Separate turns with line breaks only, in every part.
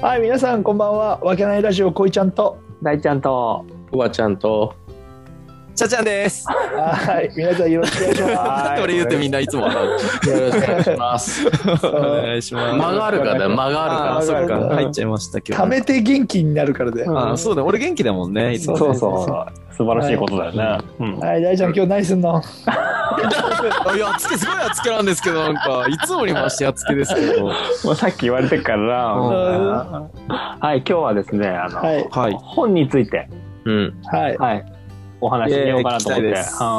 はい、皆さん、こんばんは。わけないラジオ、こいちゃんと。
大ちゃんと
おばちゃんと
ちゃちゃんです。
はい、皆さん、よろしくお願いします。
なんで俺言うとみんないつも笑う。
よろしくお願いし ます。
お願いします。
間があるからだよ、間があ
あ
るか
ー、そ
ら。
うか。
うん
入っちゃいました、 今
貯
日。
めて元気になるからで。
うん
あーそうだ、俺元気だもんね、いつも。
そう
そう
そう素晴らしいことだよね、うん
はい、大ちゃん、今日何すんの。
あいや、つけ、すごいやっつけなんですけど、なんか、いつもにましてやっつけですけど。は
もうさっき言われてっからな、
うん
は
はい今日はですねあの、
い、
い。
本について、
うん、
はい。
はい、お話ししようかなと思って、
イエーイ聞きた
うん
い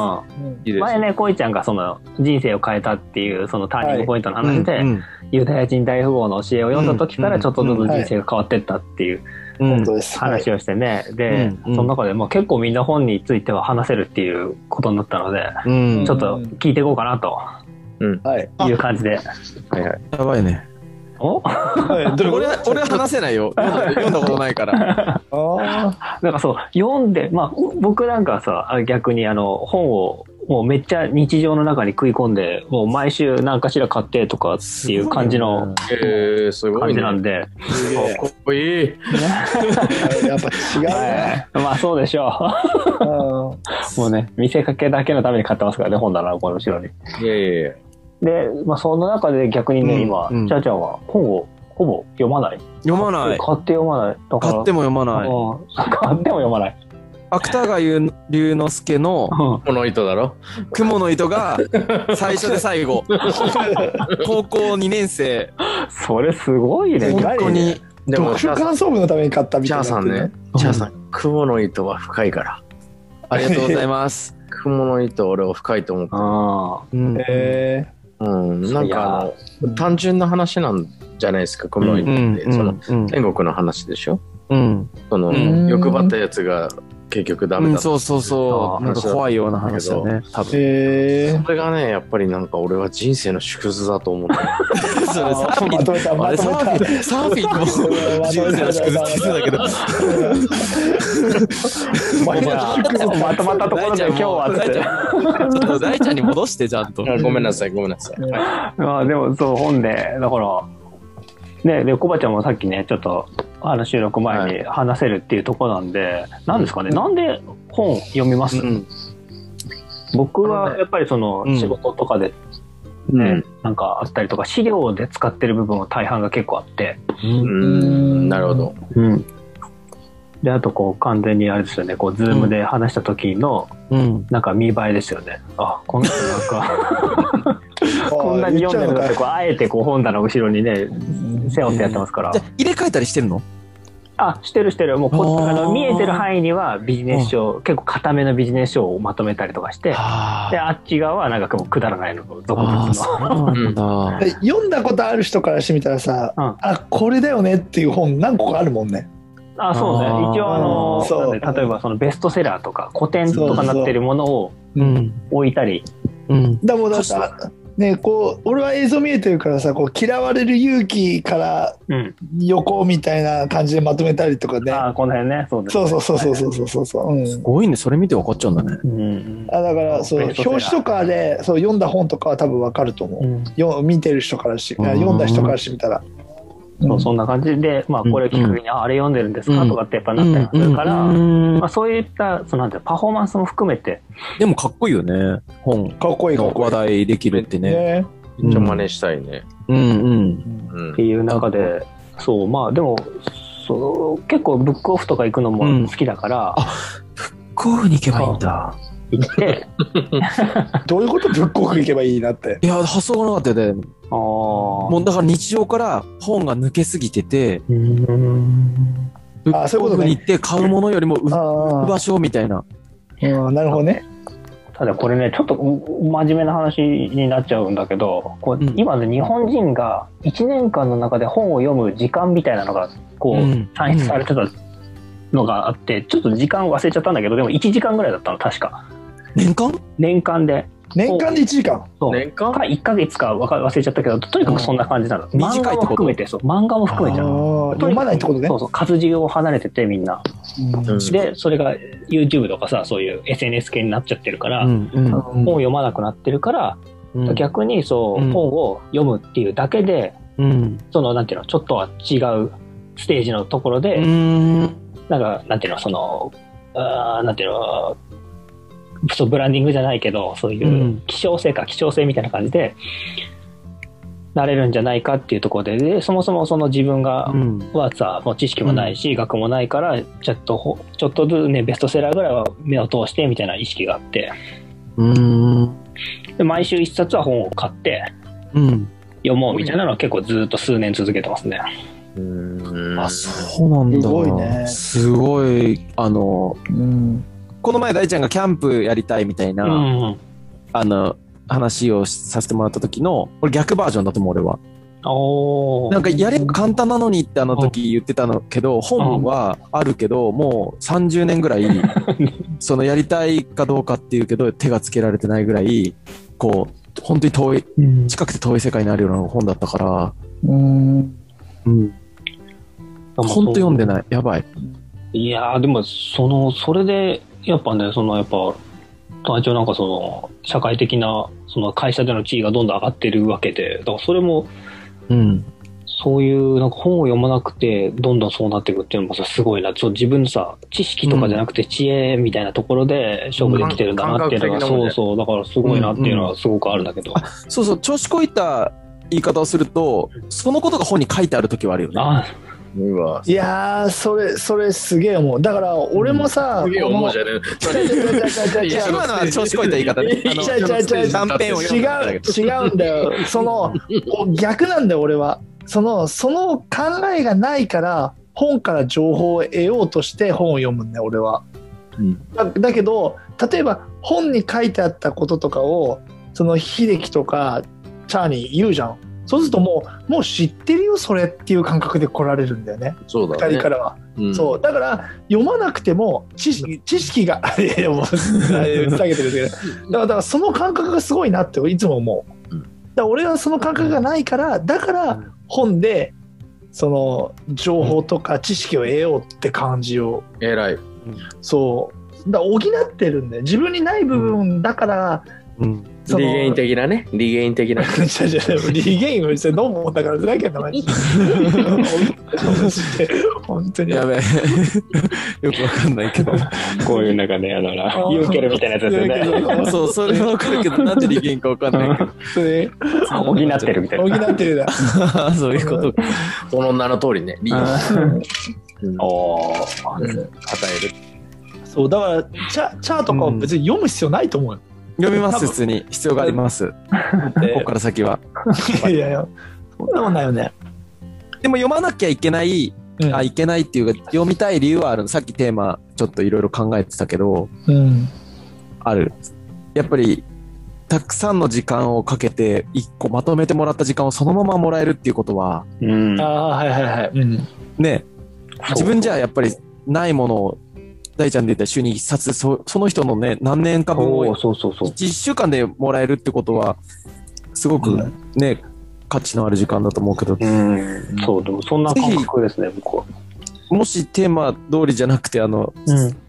う
い
ん、
です。
前ねこいちゃんがその人生を変えたっていうそのターニングポイントの話で、
うん
ユダヤ人大富豪の教えを読んだ時か
う
ら
ん
ちょっとずつ人生が変わってったっていう
うん
本当です。はい。
話をしてね、で、
うんうん
その中で、まあ、結構みんな本については話せるっていうことになったので、
うんうん
ちょっと聞いていこうかなと
はい。
いう感じで。
やばいね。
お
はい、ど
俺は、俺は話せな いよ。読んだことないから。
あ
なんかそう、読んで、まあ、僕なんかはさ、あ逆にあの、本を、もうめっちゃ日常の中に食い込んで、もう毎週何かしら買ってとかっていう感じの
えー、すご
感
い
じ
ね。
なんで、
ーすげえ
かっこいい。
はいやっぱ違うね
はいまあそうでしょ
うん。
う。もうね、見せかけだけのために買ってますからね、本棚のこの後ろに。
いやいやいや。
で、まあその中で逆にね、
うん
今、
うん
ちゃーちゃんは本をほぼ読まない。
読まない。
買って読まない。だから
買っても読まない。
うん 買っても読まない。
芥川龍之介の
うん
この糸だろ。
雲の糸が最初で最後。高校2年生。
それすごいね。
すごい
ここに。
でも、
読
チ
書
ャーさん、
感想文のために買ったみ
チ
たい
ャー
な。
さんね。、チャーさん、雲の糸は深いから。
ありがとうございます。
雲の糸、俺は深いと思う。
あ
うん
え
うん、なんかあの、単純な話なんじゃないですか、雲の糸って。その、
うん
天国の話でしょ
うん
その、
うん
欲張ったやつが結局ダ
う
メだ
ん、
った。
そうそう
あ
そう。
ー
なんか怖いような話だね。多
ー、
分。
え
それがね、やっぱりなんか俺は人生の縮図だと思 って。
それサー
ー。
フ
ま
ィ
とめた、
ン。あ
ま
れ
と
サ
め
ーフ
た。
ィン、サーフィンも 自由な縮図つけてたけど。
お前は
ーまとまったところで今日はっ
大ち
て。
ゃんもちょっと大ちゃんに戻してちゃんと。
ごめんなさい、ごめんなさい。は
まあでもそう本でだからねでコバちゃんもさっきねちょっとあの収録前に話せるっていうとこなんで、なんですかねなんで本読みます、
うん
僕はやっぱりその
うん
仕事とかで、
い
ねなんかあったりとか資料で使ってる部分は大半が結構あって、
う
うん
ん、なるほど。
であとこう完全にあれですよねこうズームで話した時の
うん。
なんか見栄えですよね、あこの人なんかこんなに読んでるのってこうあえてこう本棚の後ろにね背負ってやってますから
じゃあ入れ替えたりしてるの
あ、してるしてる。もうこ
あー
あの見えてる範囲にはビジネス書、結構固めのビジネス書をまとめたりとかして、
あ
で、あっち側はなんかもうくだらないのをどこど
あー、
こ
そうなんだ。
で読んだことある人からしてみたらさ、
うん
あこれだよねっていう本何個かあるもんね。
あ、そうね
あー。
一応あの
そう
なんで例えばそのベストセラーとか古典とかなってるものを
うん。
置いたり、
うん。
だもうだからねこう俺は映像見えてるからさこう嫌われる勇気から
うん。
横みたいな感じでまとめたりとかね。
あー、この辺ね。そうです
そうそうそうそうそうそうそう。うん
すごいね。それ見て分かっちゃうんだね。
うん。
あだからそう
ベス
表
トセ
紙
ラー
とかでそう読んだ本とかは多分わかると思う。
うん
よ見てる人からし
うん
読んだ人からしてみたら。
そうそんな感じで、まあ、これをきっかけに、ああれ読んでるんですかとかってやっぱなったりするから、
うん
まあ、そういった、そのなんていうのパフォーマンスも含めて、
でもかっこいいよね。本
かっこいいかっ
の
こい
話題できるって
い。
ね。
ね。
めっちゃ真似したいね。
うんうん。
う
って
ん。
いう中で、そう、まあでも、そう結構ブックオフとか行くのも好きだから、
こういうふうにいけばいいんだ。
行 って、
どういうことぶっこくいけばいいなって。
いや、発想がなかったよね。
ああ、
もうだから日常から本が抜けすぎてて、
うーん、
ブ
あそういうことね
ックオフに行って買うものよりも売
あ
る
あ
場所みたいな。
うん、なるほどね。
ただこれね、ちょっとう真面目な話になっちゃうんだけど、こう
うん
今ね、日本人が1年間の中で本を読む時間みたいなのが、こう、
ん
算出されてたのがあって、ちょっと時間忘れちゃったんだけど、でも1時間ぐらいだったの、確か。
年間
年間で。
年間で1時間。
そう
年間
か1ヶ月かわか忘れちゃったけどとにかくそんな感じなの、
ん
漫
短
画も
いってこと
含めてそう漫画も含めてなの
ああ読まないってことね
そ。うそう活字を離れててみんな
うん
うん
でそれが YouTube とかさそういう SNS 系になっちゃってるから、
ん
本を読まなくなってるから、
うん
逆にそう、
うん
本を読むっていうだけで
うん
そのなんていうのちょっとは違うステージのところで、
ん。
なんか、なんていうの、その、あーなんていうの、そうブランディングじゃないけど、そういううん希少性か、希少性みたいな感じで、なれるんじゃないかっていうところで、でそもそもその自分が、
うん。
はさ、もう知識もないし、学もないから、ちょっとほ、ちょっとずつね、ベストセラーぐらいは目を通してみたいな意識があって、
うん。
で毎週一冊は本を買って、
うん。
読もうみたいなのは結構ずっと数年続けてますね。
うん
あ、そうなんだ。
すごいね
すごい、あの、
うん、
この前大ちゃんがキャンプやりたいみたいな、
うん。
あの、話をさせてもらった時の、俺逆バージョンだと思う、俺は。
おー
なんかやれば簡単なのにってあの時言ってたのけど、本はあるけど、もう30年ぐ らい、そのやりたいかどうかっていうけど、手がつけられてないぐらい、こう、本当に遠い、
うん
近くて遠い世界にあるような本だったから、
うん、
うん、本当読んでない。やばい。
いやーでもそのそれでやっぱねそのやっぱ隊長なんかその社会的なその会社での地位がどんどん上がってるわけでだからそれも
うん。
そういうなんか本を読まなくてどんどんそうなっていくっていうのもさすごいなちょ自分のさ知識とかじゃなくて知恵みたいなところで勝負できてるんだなっていうのが、
うん感覚的なもん
そうそ
ね
うだからすごいなっていうのはすごくあるんだけど、
そうそう、調子こいた言い方をすると、そのことが本に書いてある時はあるよね。
あ
うわ
いやーそれそれすげえ思うだから俺もさ、
すげえ思うじ
ゃん
ゃね
違う違う違う違う違う
いや
今のは調子こいた言い方ね。 あの
違う違う違う
断片を読んだだけ
違う違うんだよそのお逆なんだよ俺はそのその考えがないから本から情報を得ようとして本を読むんだよ俺は、
うん
だだけど例えば本に書いてあったこととかをその秀樹とかチャーに言うじゃんそうするともうもう知ってるよそれっていう感覚で来られるんだよね
そうだ
2
ね
人からは、
うん
そうだから読まなくても知識知識が いやいやもう下げてるだけどだからだからその感覚がすごいなっていつも思う、
うん
だから俺はその感覚がないからだから本でその情報とか知識を得ようって感じを
偉い
そうだから補ってるんだよ自分にない部分だから、
うん。
その
リゲイン的なねリゲイン的 な
違う違う リゲインをして飲むもんだからふざけんなマジ で本当に
や べえ。よくわかんないけど。
あこういうなんかねあのなユーケルみたいなやつですよね
そう、それはわかるけど、なんでリゲインかわかんないけど。
それ
補ってるみたい
補
な
ってるだ
そういう ことか。
その名の通りねリゲインうん
おー
与える
そうだからチャチャーとかは別に読む必要ないと思うよ、
読みます、普通に。必要があります。こ
で
こから先は。
いやいやそんなもんないよね、
でも読まなきゃいけない、
うん
あ、いけないっていうか、読みたい理由はある。さっきテーマ、ちょっといろいろ考えてたけど、
うん
ある。やっぱり、たくさんの時間をかけて、一個まとめてもらった時間をそのままもらえるっていうことは、
うん
ああはいはいはい、うん、
ね、自分じゃやっぱりないものを、大ちゃんで言ったら週に一冊、そその人のね、何年か分を
おーそうそうそう
1週間でもらえるってことはすごくね、価値のある時間だと思うけど
うんそうでもそんな感覚ですね僕は
もしテーマ通りじゃなくてあの、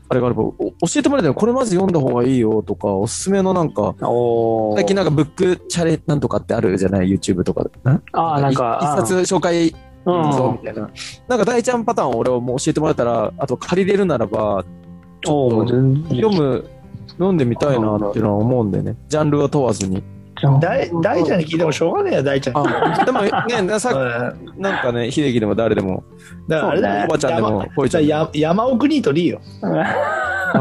あれがあればお教えてもらえたらこれまず読んだ方がいいよとかおすすめのなんか
おお
最近なんかブックチャレなんとかってあるじゃない YouTube とかでん
ああなんか
一冊紹介
うん
そうみたいななんか大ちゃんパターンを俺はもう教えてもらえたらあと借りれるならば
おーもう全然
読む読んでみたいなっていうのは思うんでねジャンルは問わずに
大大ちゃんに聞いてもしょうがねえよ大ちゃんに
あでも ね
う
さ
ん
なんかね秀樹でも誰でも
だからあれだ
おばちゃんでも、ぽいちゃん
山
でも、
や山奥ニートでいいよ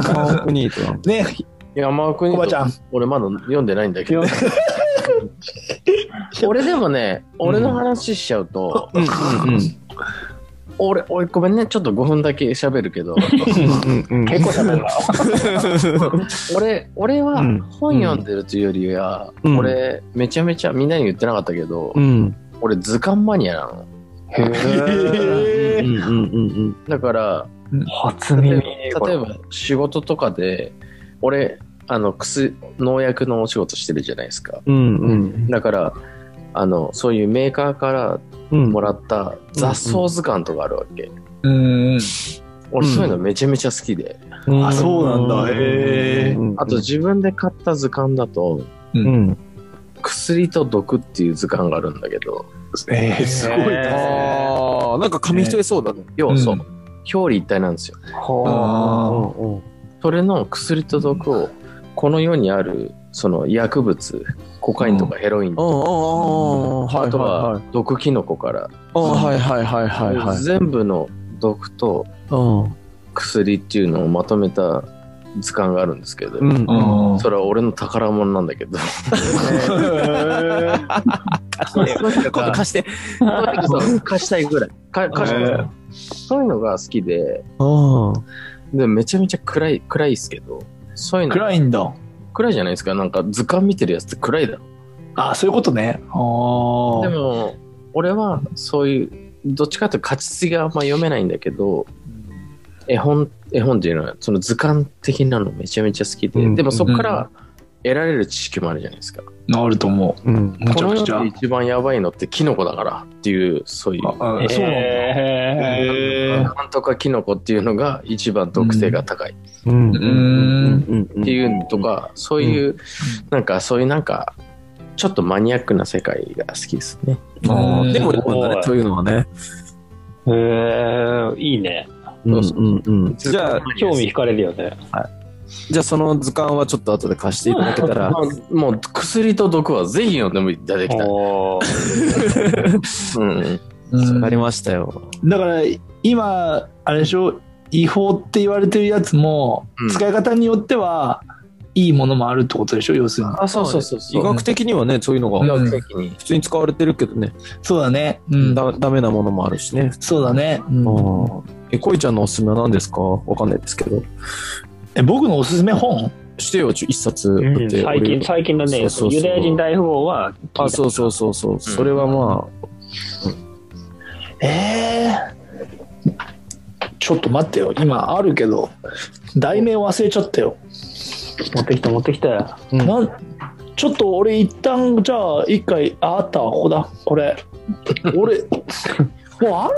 山奥にいとは。
ね
山尾君
おばちゃん
俺まだ読んでないんだけど 俺でもね俺の話しちゃうと、
うんうんうん
俺俺ごめんねちょっと5分だけ喋るけ ど
うん
結構喋るな
俺俺は
うん
本読んでるというよりは、
うん
俺めちゃめちゃみんなに言ってなかったけど、
うん
俺図鑑マニアなの
う
へえ
んうんうん
だから
初
例え
耳
ば例えば仕事とかで俺あの薬農薬のお仕事してるじゃないですか
うんうん
だからあのそういうメーカーから
うん
もらった雑草図鑑とかあるわけ、
うん
俺そういうのめちゃめちゃ好きで、
うん
あそうなんだへー
うん
あと自分で買った図鑑だと
うん
薬と毒っていう図鑑があるんだけど
えーすごい
へ
ね
ー
ああ、なんか紙一重そうだね。
要はそう、
うん
表裏一体なんですよ。
ほ
あ
う
ー
それの薬と毒を、この世にある、その薬物、コカインとかヘロイン
うんうんうんうん。はい
あと
はいは。
はい毒キノコから、
あはいはいはいはいはい。
全部の毒と
う
薬っていうのをまとめた図鑑があるんですけど、
ん。うん。
うん
それは俺の宝物なんだけどそう いうの
今度
が
貸して。
そう貸したいぐらいか貸したい
えー
そういうのが好きで
うん。
でめちゃめちゃ暗い暗いですけどそういう の
暗いんだ。
暗いじゃないですかなんか図鑑見てるやつって暗いだろ
ああ、そういうことね。ああ。
でも俺はそういうどっちかというと勝ち筋があんま読めないんだけど絵本絵本っていうのはその図鑑的なのめちゃめちゃ好きで、
うん
でもそこから得られる知識もあるじゃないですか、
なると思
うん。
う。む
こ
ちゃ
の
くちゃ。
世で一番やばいのってキノコだからっていうそういう
ああそうなんだ。
え
へー
なんとかキノコっていうのが一番毒性が高いっ
うん。
ん
うん。
ていうとか、そういう、なんかそういうなんかちょっとマニアックな世界が好きですね。
あーで
う
も、
ん
そういうのはね。
ー、えー、いいね。
うんうんうん。じゃあ、
興味惹かれるよね。
じゃあその図鑑はちょっと後で貸していただけたら
ま。あもう薬と毒はぜひ読んでもいただきたい。
おー
うん、
うん
わかりましたよ。
だから今あれでしょ違法って言われてるやつも、
うん
使い方によってはいいものもあるってことでしょ要するに
あそうそうそう
医
そう。
学的にはね、そういうの
う
医
ん
が
学的に。
普通に使われてるけどね、
そうだねうん
だダメなものもあるしね。
そうだね、うん
え、こいちゃんのおすすめは何ですかわかんないですけど。
え僕のおすすめ本
してよ、ちょ一冊
う
だ
ん
って俺
最近、最近のね、
そうそうそう
ユダヤ人大富豪は聞いた
あ、そうそうそうそう。それはま
ええーちょっと待ってよ今あるけど題名忘れちゃったよ、
持ってきた、持ってきたよ。
うん
なんちょっと俺一旦じゃあ一回ああったわここだこれ俺 もうある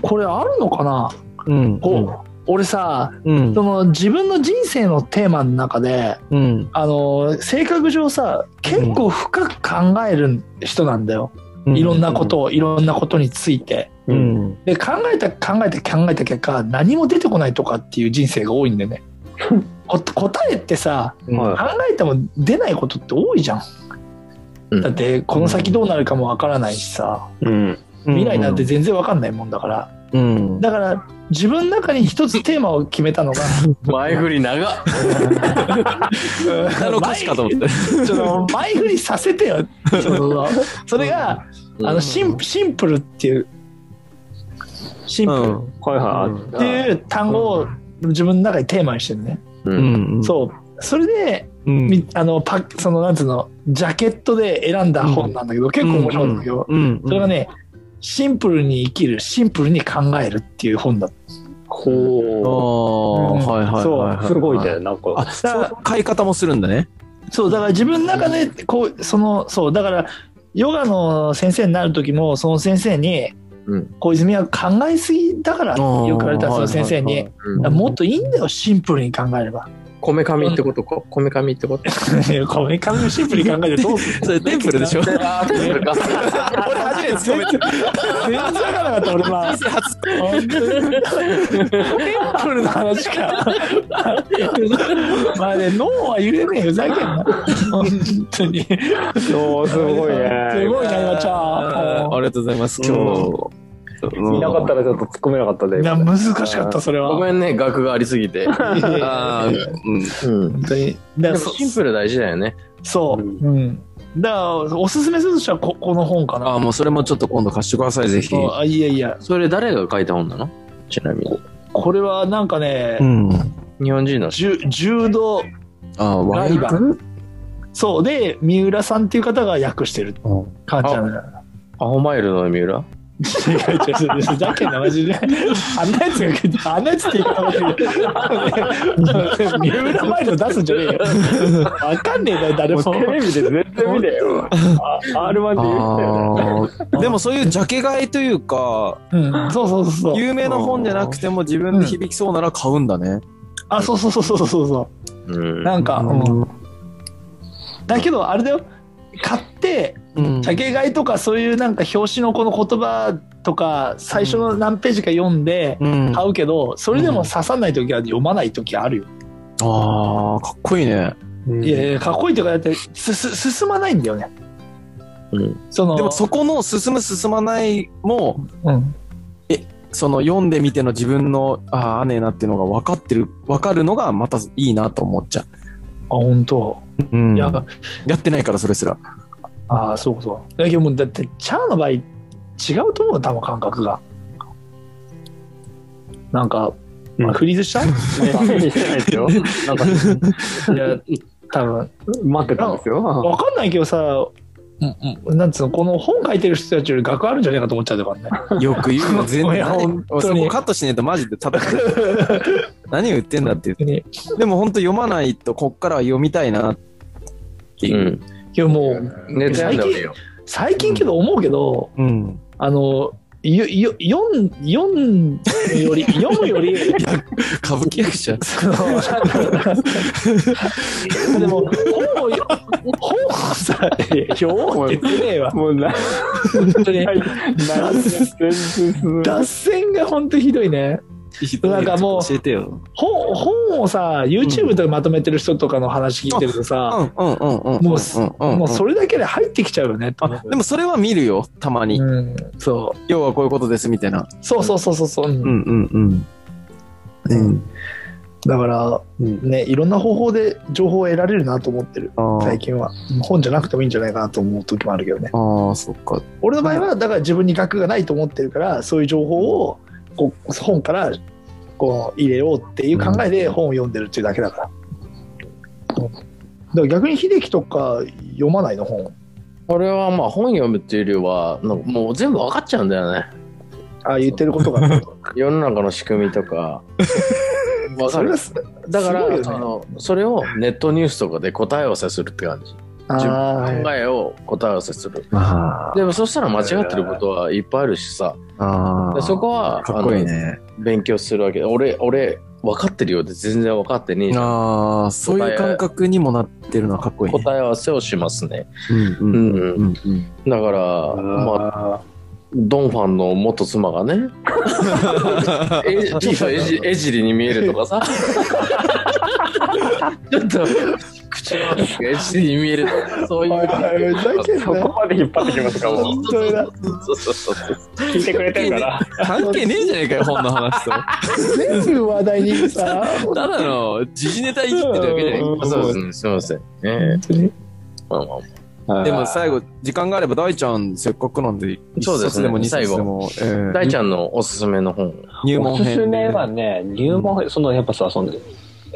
これあるのかな
あ、うん。
こう俺さ
うん
そ。の自分の人生のテーマの中で
うん。
あの性格上さ結構深く考える人なんだよ、いろんなことをいろんなことについて
う
うん
ん。
で考えた考えた考えた結果何も出てこないとかっていう人生が多いん でねこ答えってさ
うん。
はい
考えても出ないことって多いじゃん、
うん
だってこの先どうなるかもわからないしさ
うん。
未来なんて全然わかんないもんだから
うん。
だから自分の中に一つテーマを決めたのが
前振り長っ。
なの歌詞かと思って。
ちょっと前振りさせてよ。それが、
うん
あのシンプシンプルっていうシン
う
プル
ん。
はいはい。
っていう単語を自分の中にテーマにしてるね。
う。
うんん。
そう。それで、
うん。
みあのパそのなんつうのジャケットで選んだ本なんだけど、結構面白いんだけど、
うん。
それがね。シンプルに生きるシンプルに考えるっていう本だった
あ
ほ
あ、
うん
はいはいはいは
う。すごいね、
あ
なんか。
あ、そう、買い方もするんだね。
そうだから自分の中でこうそのそうだからヨガの先生になる時もその先生に
うん
小泉は考えすぎだからってよく言われた
あー
その先生
は
に、
いはい
うん
だからもっといいんだよシンプルに考えれば
こめかみってことかこめかみってこと
これ考えシンプルに考えてどうする
それテンプルでしょ
あ テンプルか。
俺初めて全然全然わからなかった俺まあ
初
本当にテンプルの話かまあね脳は揺れねえふざけんな本当に
そう、す ごいね。
すごいな今ち
あ
ゃ
りがとうございます、今日。
いなかったらちょっと突っ込めなかったね。
んいや
今
難しかったそれは
ごめんね額がありすぎて。
ああ、うん。
うん。
本当にだ
で
か
も
らそ
シンプル大事だよね。
そう、うん、だからおすすめするとしたらここの本か
あ
な
あ、もうそれもちょっと今度貸してください、ぜひ。
あいやいや
それ誰が書いた本なのちなみに。
これはなんかね、
ん。
日本人の
じゅ柔道
ああ、
ラ
ワ
イ
イ
バルそうで三浦さんっていう方が訳してる感じなのよ
アホマイルの三浦
違う違う違うふざけんなマジであんなやつがあんなやつって言い方も三浦マイルド出すんじゃねえよわかんねえだよ誰も
もうテレビで絶対見て よ。あ R1 で言ってたよね。
ああ、でもそういうジャケ買いというか、
うん、そうそうそうそう
有名な本じゃなくても自分で響きそうなら買うんだね。
あそうそうそうそうそうそう
うん。
なんか、うん
う
だけどあれだよ買って
ん。
ジャケ買いとかそういうなんか表紙のこの言葉とか最初の何ページか読んで
うん。
買
あ
うけど、それでも刺さない時は読まない時あるよ、
あー、かっこいいね。
いやいやかっこいいとかだってすす進まないんだよね
うん。
その
でもそこの進む進まないも、
うん、
その読んでみての自分の、ああ、あねえなっていうのが分かってる、分かるのがまたいいなと思っちゃ
あ本当、
う。うん。
いや
やってないから、それす ら。
ああそうそうだけどもうだってチャーの場合違うと思うよ多分感覚がなんか、
うん
あフリーズしたなんか
してないですよ。なんか、
いや多分
待ってたんですよ。
わかんないけどさ、なんつうの、この本書いてる人たちより学あるんじゃねえかと思っちゃうからね。
よく言うの、全
い
然
や本当に
そこカットしねえとマジでただ、何言ってんだっていう。
ね
でも本当読まないと、こっからは読みたいなっていうう。
ん。
いやもう、
ね、なんだろうよ。
最近けど思うけど、
うん。
あの、よ、よ、読ん、読んより、読むより、
歌舞伎役者。
その、でも、本をよ、本をさ、よって言ってねえわ。
もうな、
本当に。
全然進む
脱線が本当ひどいね。なんかもう
教えてよ。
本、本をさ、YouTube でまとめてる人とかの話聞いてるとさ、
うんうんうんうん。
もう
う
す
んうんうん
もうそれだけで入ってきちゃうよねって思う
あでもそれは見るよ、たまに。
うん、そ
要はこういうことですみたいな。
うそうそうそうそうそう、うん
うんうんうん。うん。
だから
うん
ねいろんな方法で情報を得られるなと思ってる
あー
最近は本じゃなくてもいいんじゃないかなと思う時もあるけどね
あー、そっか。
俺の場合はだから自分に学がないと思ってるからそういう情報をこう本からこう入れようっていう考えで本を読んでるっていうだけだから、うんだから逆に秀樹とか読まないの本
これはまあ本読むっていうよりは、なんかもう全部分かっちゃうんだよね。
ああ言ってることが
世の中の仕組みとか。分か
それ
る
が。す
だから、
すごいよね
そのそれをネットニュースとかで答え合わせするって感じ。自
あー
分の考えを答え合わせする。
あ
でもそしたら間違ってることはいっぱいあるしさ。
あ
でそこは
かっこいいね。
あの勉強するわけで。俺、俺、分かってるようで全然分かってねえじゃん
ああ、そういう感覚にもなってるのはかっこいいね。
答え合わせをしますね。
うん
う
うんん
う。
うんんうん。
だから、まあ、ドンファンの元妻がね、えちょっとえじえじりに見えるとかさ、 ちょっと口の中がえじりに見えるとか、そういう。
おいおいふざけんな
そこまで引っ張ってきますか、もう。
本当だ
そうそうそうそう
聞いてくれてるから。
関係ねえじゃねえかよ、本の話と。
全部話題にさ
ただの時事ネタいじってるだけじゃねえか
うん
あそうですね、すみません。ね
本当に
まあまあまあ
でも最後、時間があれば大ちゃん、せっかくなんで、
そうですね
一冊でも二冊でも、えー
大ちゃんのおすすめの本。
入門
おす
編で。
すめはね、入門編、そのやっぱさ、その、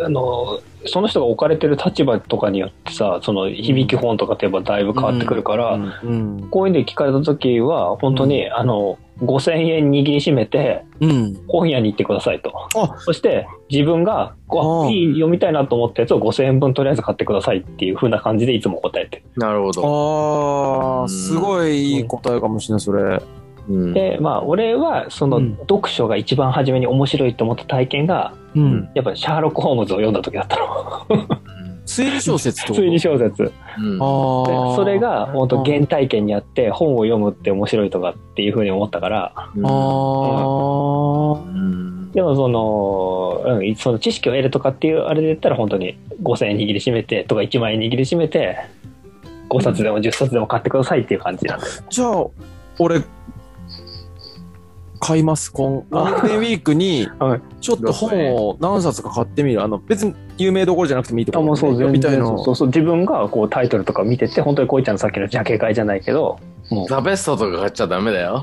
あの、その人が置かれてる立場とかによってさ、その響き本とかってやっぱだいぶ変わってくるから、
うん。
こういうので聞かれた時は、本当に、あの、5000円握りしめて、
うん。
本屋に行ってくださいと
あ。
そして、自分が、こ
あ
う
ー
いい読みたいなと思ったやつを5000円分とりあえず買ってくださいっていう風な感じでいつも答えてる。
なるほど。
ああ、すごいいい答えかもしれない、それ。
うん
で、まあ、俺は、その
うん、
読書が一番初めに面白いと思った体験が、
うん。
やっぱシャーロック・ホームズを読んだ時だったの。
推理小説ってこと
推理小説。
うん
で
ああ。
それ、が本
あ
当
ー
原体験にあって本を読むって面白いとかっていうふうに思ったから
ああ。
うん
でもその,、うん、その知識を得るとかっていうあれで言ったら本当に5000円握りしめてとか1万円握りしめて5冊でも10冊でも買ってくださいっていう感じなんです、
じゃあ、俺、買います、今。ゴールデンウィークに
はい、
ちょっと本を何冊か買ってみる。あの、別に有名どころじゃなくてもいいってことですね読みたい
そうそ
の。
うそう自分がこうタイトルとか見てて本当にこういちゃんのさっきのジャケ買いじゃないけど
ザベストとか買っちゃダメだよ。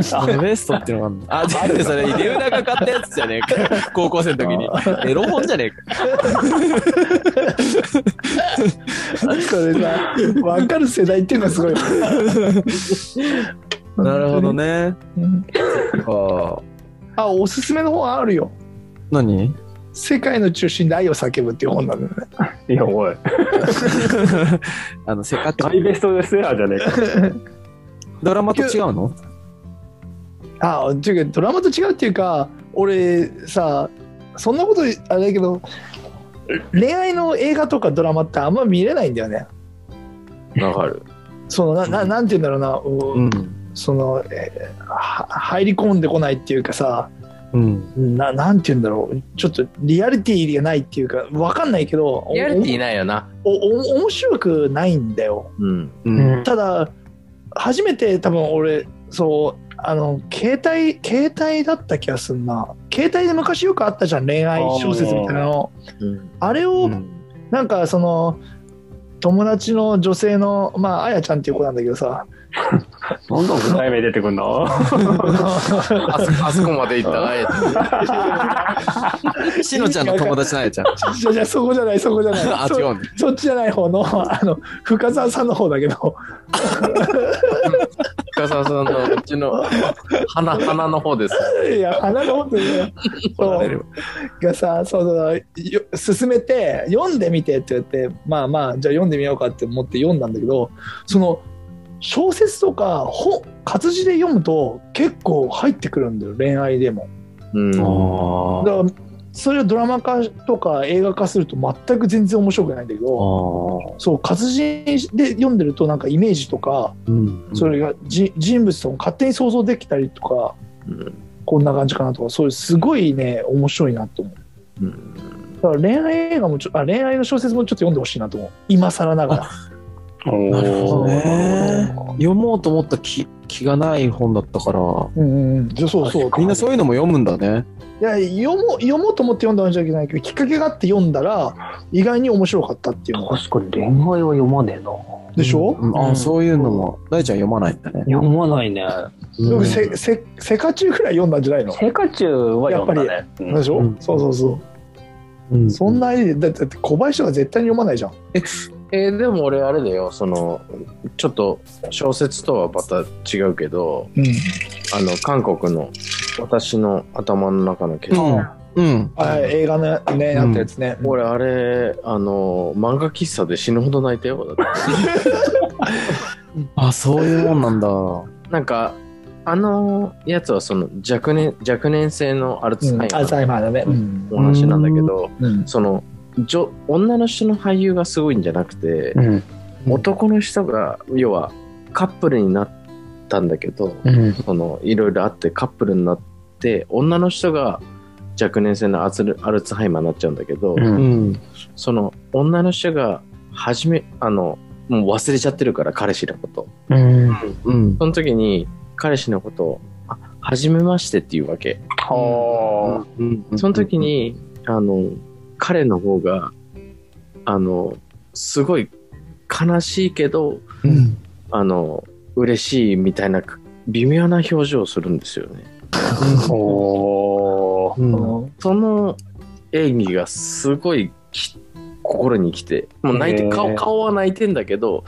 ザベストっていうのがあるのあ、じゃあそれ、龍が買ったやつじゃねえか。高校生の時に。エロ本じゃねえか。
それさ分かる世代っていうのはすごい
なるほどね。
うん
ああ。
あおすすめの本あるよ
何
「世界の中心で愛を叫ぶ」っていう本なんだよね
いやおい
あの、せか
大ベストセラーじゃねえか
ドラマと違うの
あっていうかドラマと違うっていうか俺さそんなことあれだけど恋愛の映画とかドラマってあんま見れないんだよね
わかる。
そのなななんて言うんだろうな、う
うん。
その、えーは入り込んでこないっていうかさ
うん。
ななんて言うんだろうちょっとリアリティがないっていうかわかんないけどお
リアリティないよな。
おお面白くないんだよ
うん。
うん。
ただ初めて多分俺そうあの携帯携帯だった気がすんな携帯で昔よくあったじゃん恋愛小説みたいなの
うん。
あれをなんかその友達の女性のまああやちゃんっていう子なんだけどさ
どんどん具体名出てくんの
あそこあそこまで行った。あえて
しのちゃんの友達なんやちゃん。
じゃじゃそこじゃないそこじゃない
あ、違
そう
ね。
そっちじゃない方のあの深澤さんの方だけど
深澤さんのうちの鼻、鼻の方です。
いや花の方ってねそうがさそうそうよ勧めて読んでみてって言ってまあまあじゃあ読んでみようかって思って読んだんだけどその小説とか本活字で読むと結構入ってくるんだよ恋愛でも
うん。
あ
だからそれをドラマ化とか映画化すると全く全然面白くないんだけど
あ。
そう活字で読んでるとなんかイメージとか
うん。
それがじ人物とも勝手に想像できたりとか
うん
こんな感じかなとかそういうすごいね面白いなと思う。
うん
だから恋愛映画もちょあ恋愛の小説もちょっと読んでほしいなと思う今更ながら
なるほど
ね
ね。読もうと思った気気がない本だったから、
うんうんうんじゃそうそう
みんなそういうのも読むんだね。
いや読もう読もうと思って読んだんじゃいけないけどきっかけがあって読んだら意外に面白かったっていうのが
確かに恋愛は読まねえな。
でしょ、
うんああ、そういうのも。大ちゃん読まないんだね。
読まないね。
よ
うん
くせせセカチュウくらい読んだんじゃないの
生活中は読んだね。うん
でしょ、
うん
そうそうそう、
うん
そんなアイデアだってだって小林とか絶対に読まないじゃん
えーでも俺あれだよそのちょっと小説とはまた違うけど
うん
あの韓国の私の頭の中の結論、
うん。
あ映画のねあったやつね、
俺あれあの漫画喫茶で死ぬほど泣いたよ だっ
あ、そういうもんなんだ。
てなんかあのやつはその若年若年性のアルツ
うん
ハイマ
アルツ
ー
ハイマーだね、うん
のお話なんだけど、
うん
その女女の人の俳優がすごいんじゃなくて、
うん。
男の人が要はカップルになったんだけど、
うん。
そのいろいろあってカップルになって女の人が若年性のアツルアルツハイマーになっちゃうんだけど、
うん
うん。
その女の人が初めあのもう忘れちゃってるから彼氏のこと
うん。
うん。
その時に彼氏のことを「あ初めまして」って言うわけ
はあ。
うん
その時、にあの彼の方があのすごい悲しいけど
うん。
あの嬉しいみたいな微妙な表情をするんですよね
おー。
うん
その演技がすごいき心にきてもう泣い
へ
て
ー
顔顔は泣いてんだけど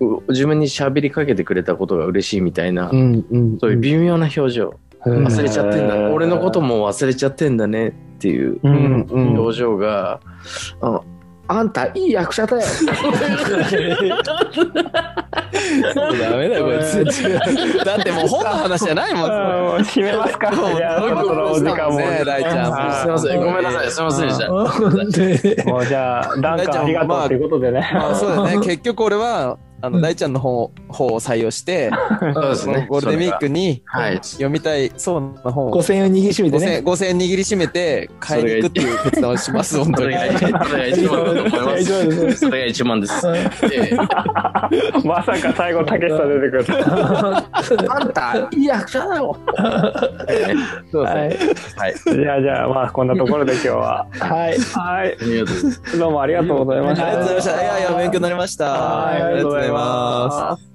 う自分に喋りかけてくれたことが嬉しいみたいな、
うん。うん。
そういう微妙な表情
うん
忘れちゃってんだ、俺のこと。も忘れちゃってんだねっていう
う
うん
ん。。
うん。
表情が、ああんたいい役者だよ
ダメだよ、こ れ。だってもう本の話じゃないもん。
あー締めますか。じゃあ、そろそろお時間も。
ね大ちゃん
あー
すいませんごめんなさいすいませんでし
で
た
もうじゃあ、ダンカンありがとうということでね。
まあそうだね。結局俺は、あ
う
の、
ん
大ちゃんの本を方を採用して、
そうですね
ゴールデンウィークに
はい
読みたいそうな本を
5000円を握りしめてね
5000 5000円握りしめて買いに行くっていう決断をします、本
そ れ
当に。
が一それが一番だと思いま
大丈夫です
すそれが一番です、ええ
まさか最後、たけしさん出てくるとは。
あんた、いい役者だよ。
そうですね
はい
はい。
じゃあ、じゃあ、まあ、こんなところで今日は。
はい
はい。
ありがとうございます。
どうもありがとうございまし
ありがとうございました。いやいや、勉強になりました。
はいありがとうございます
ありがとうございます。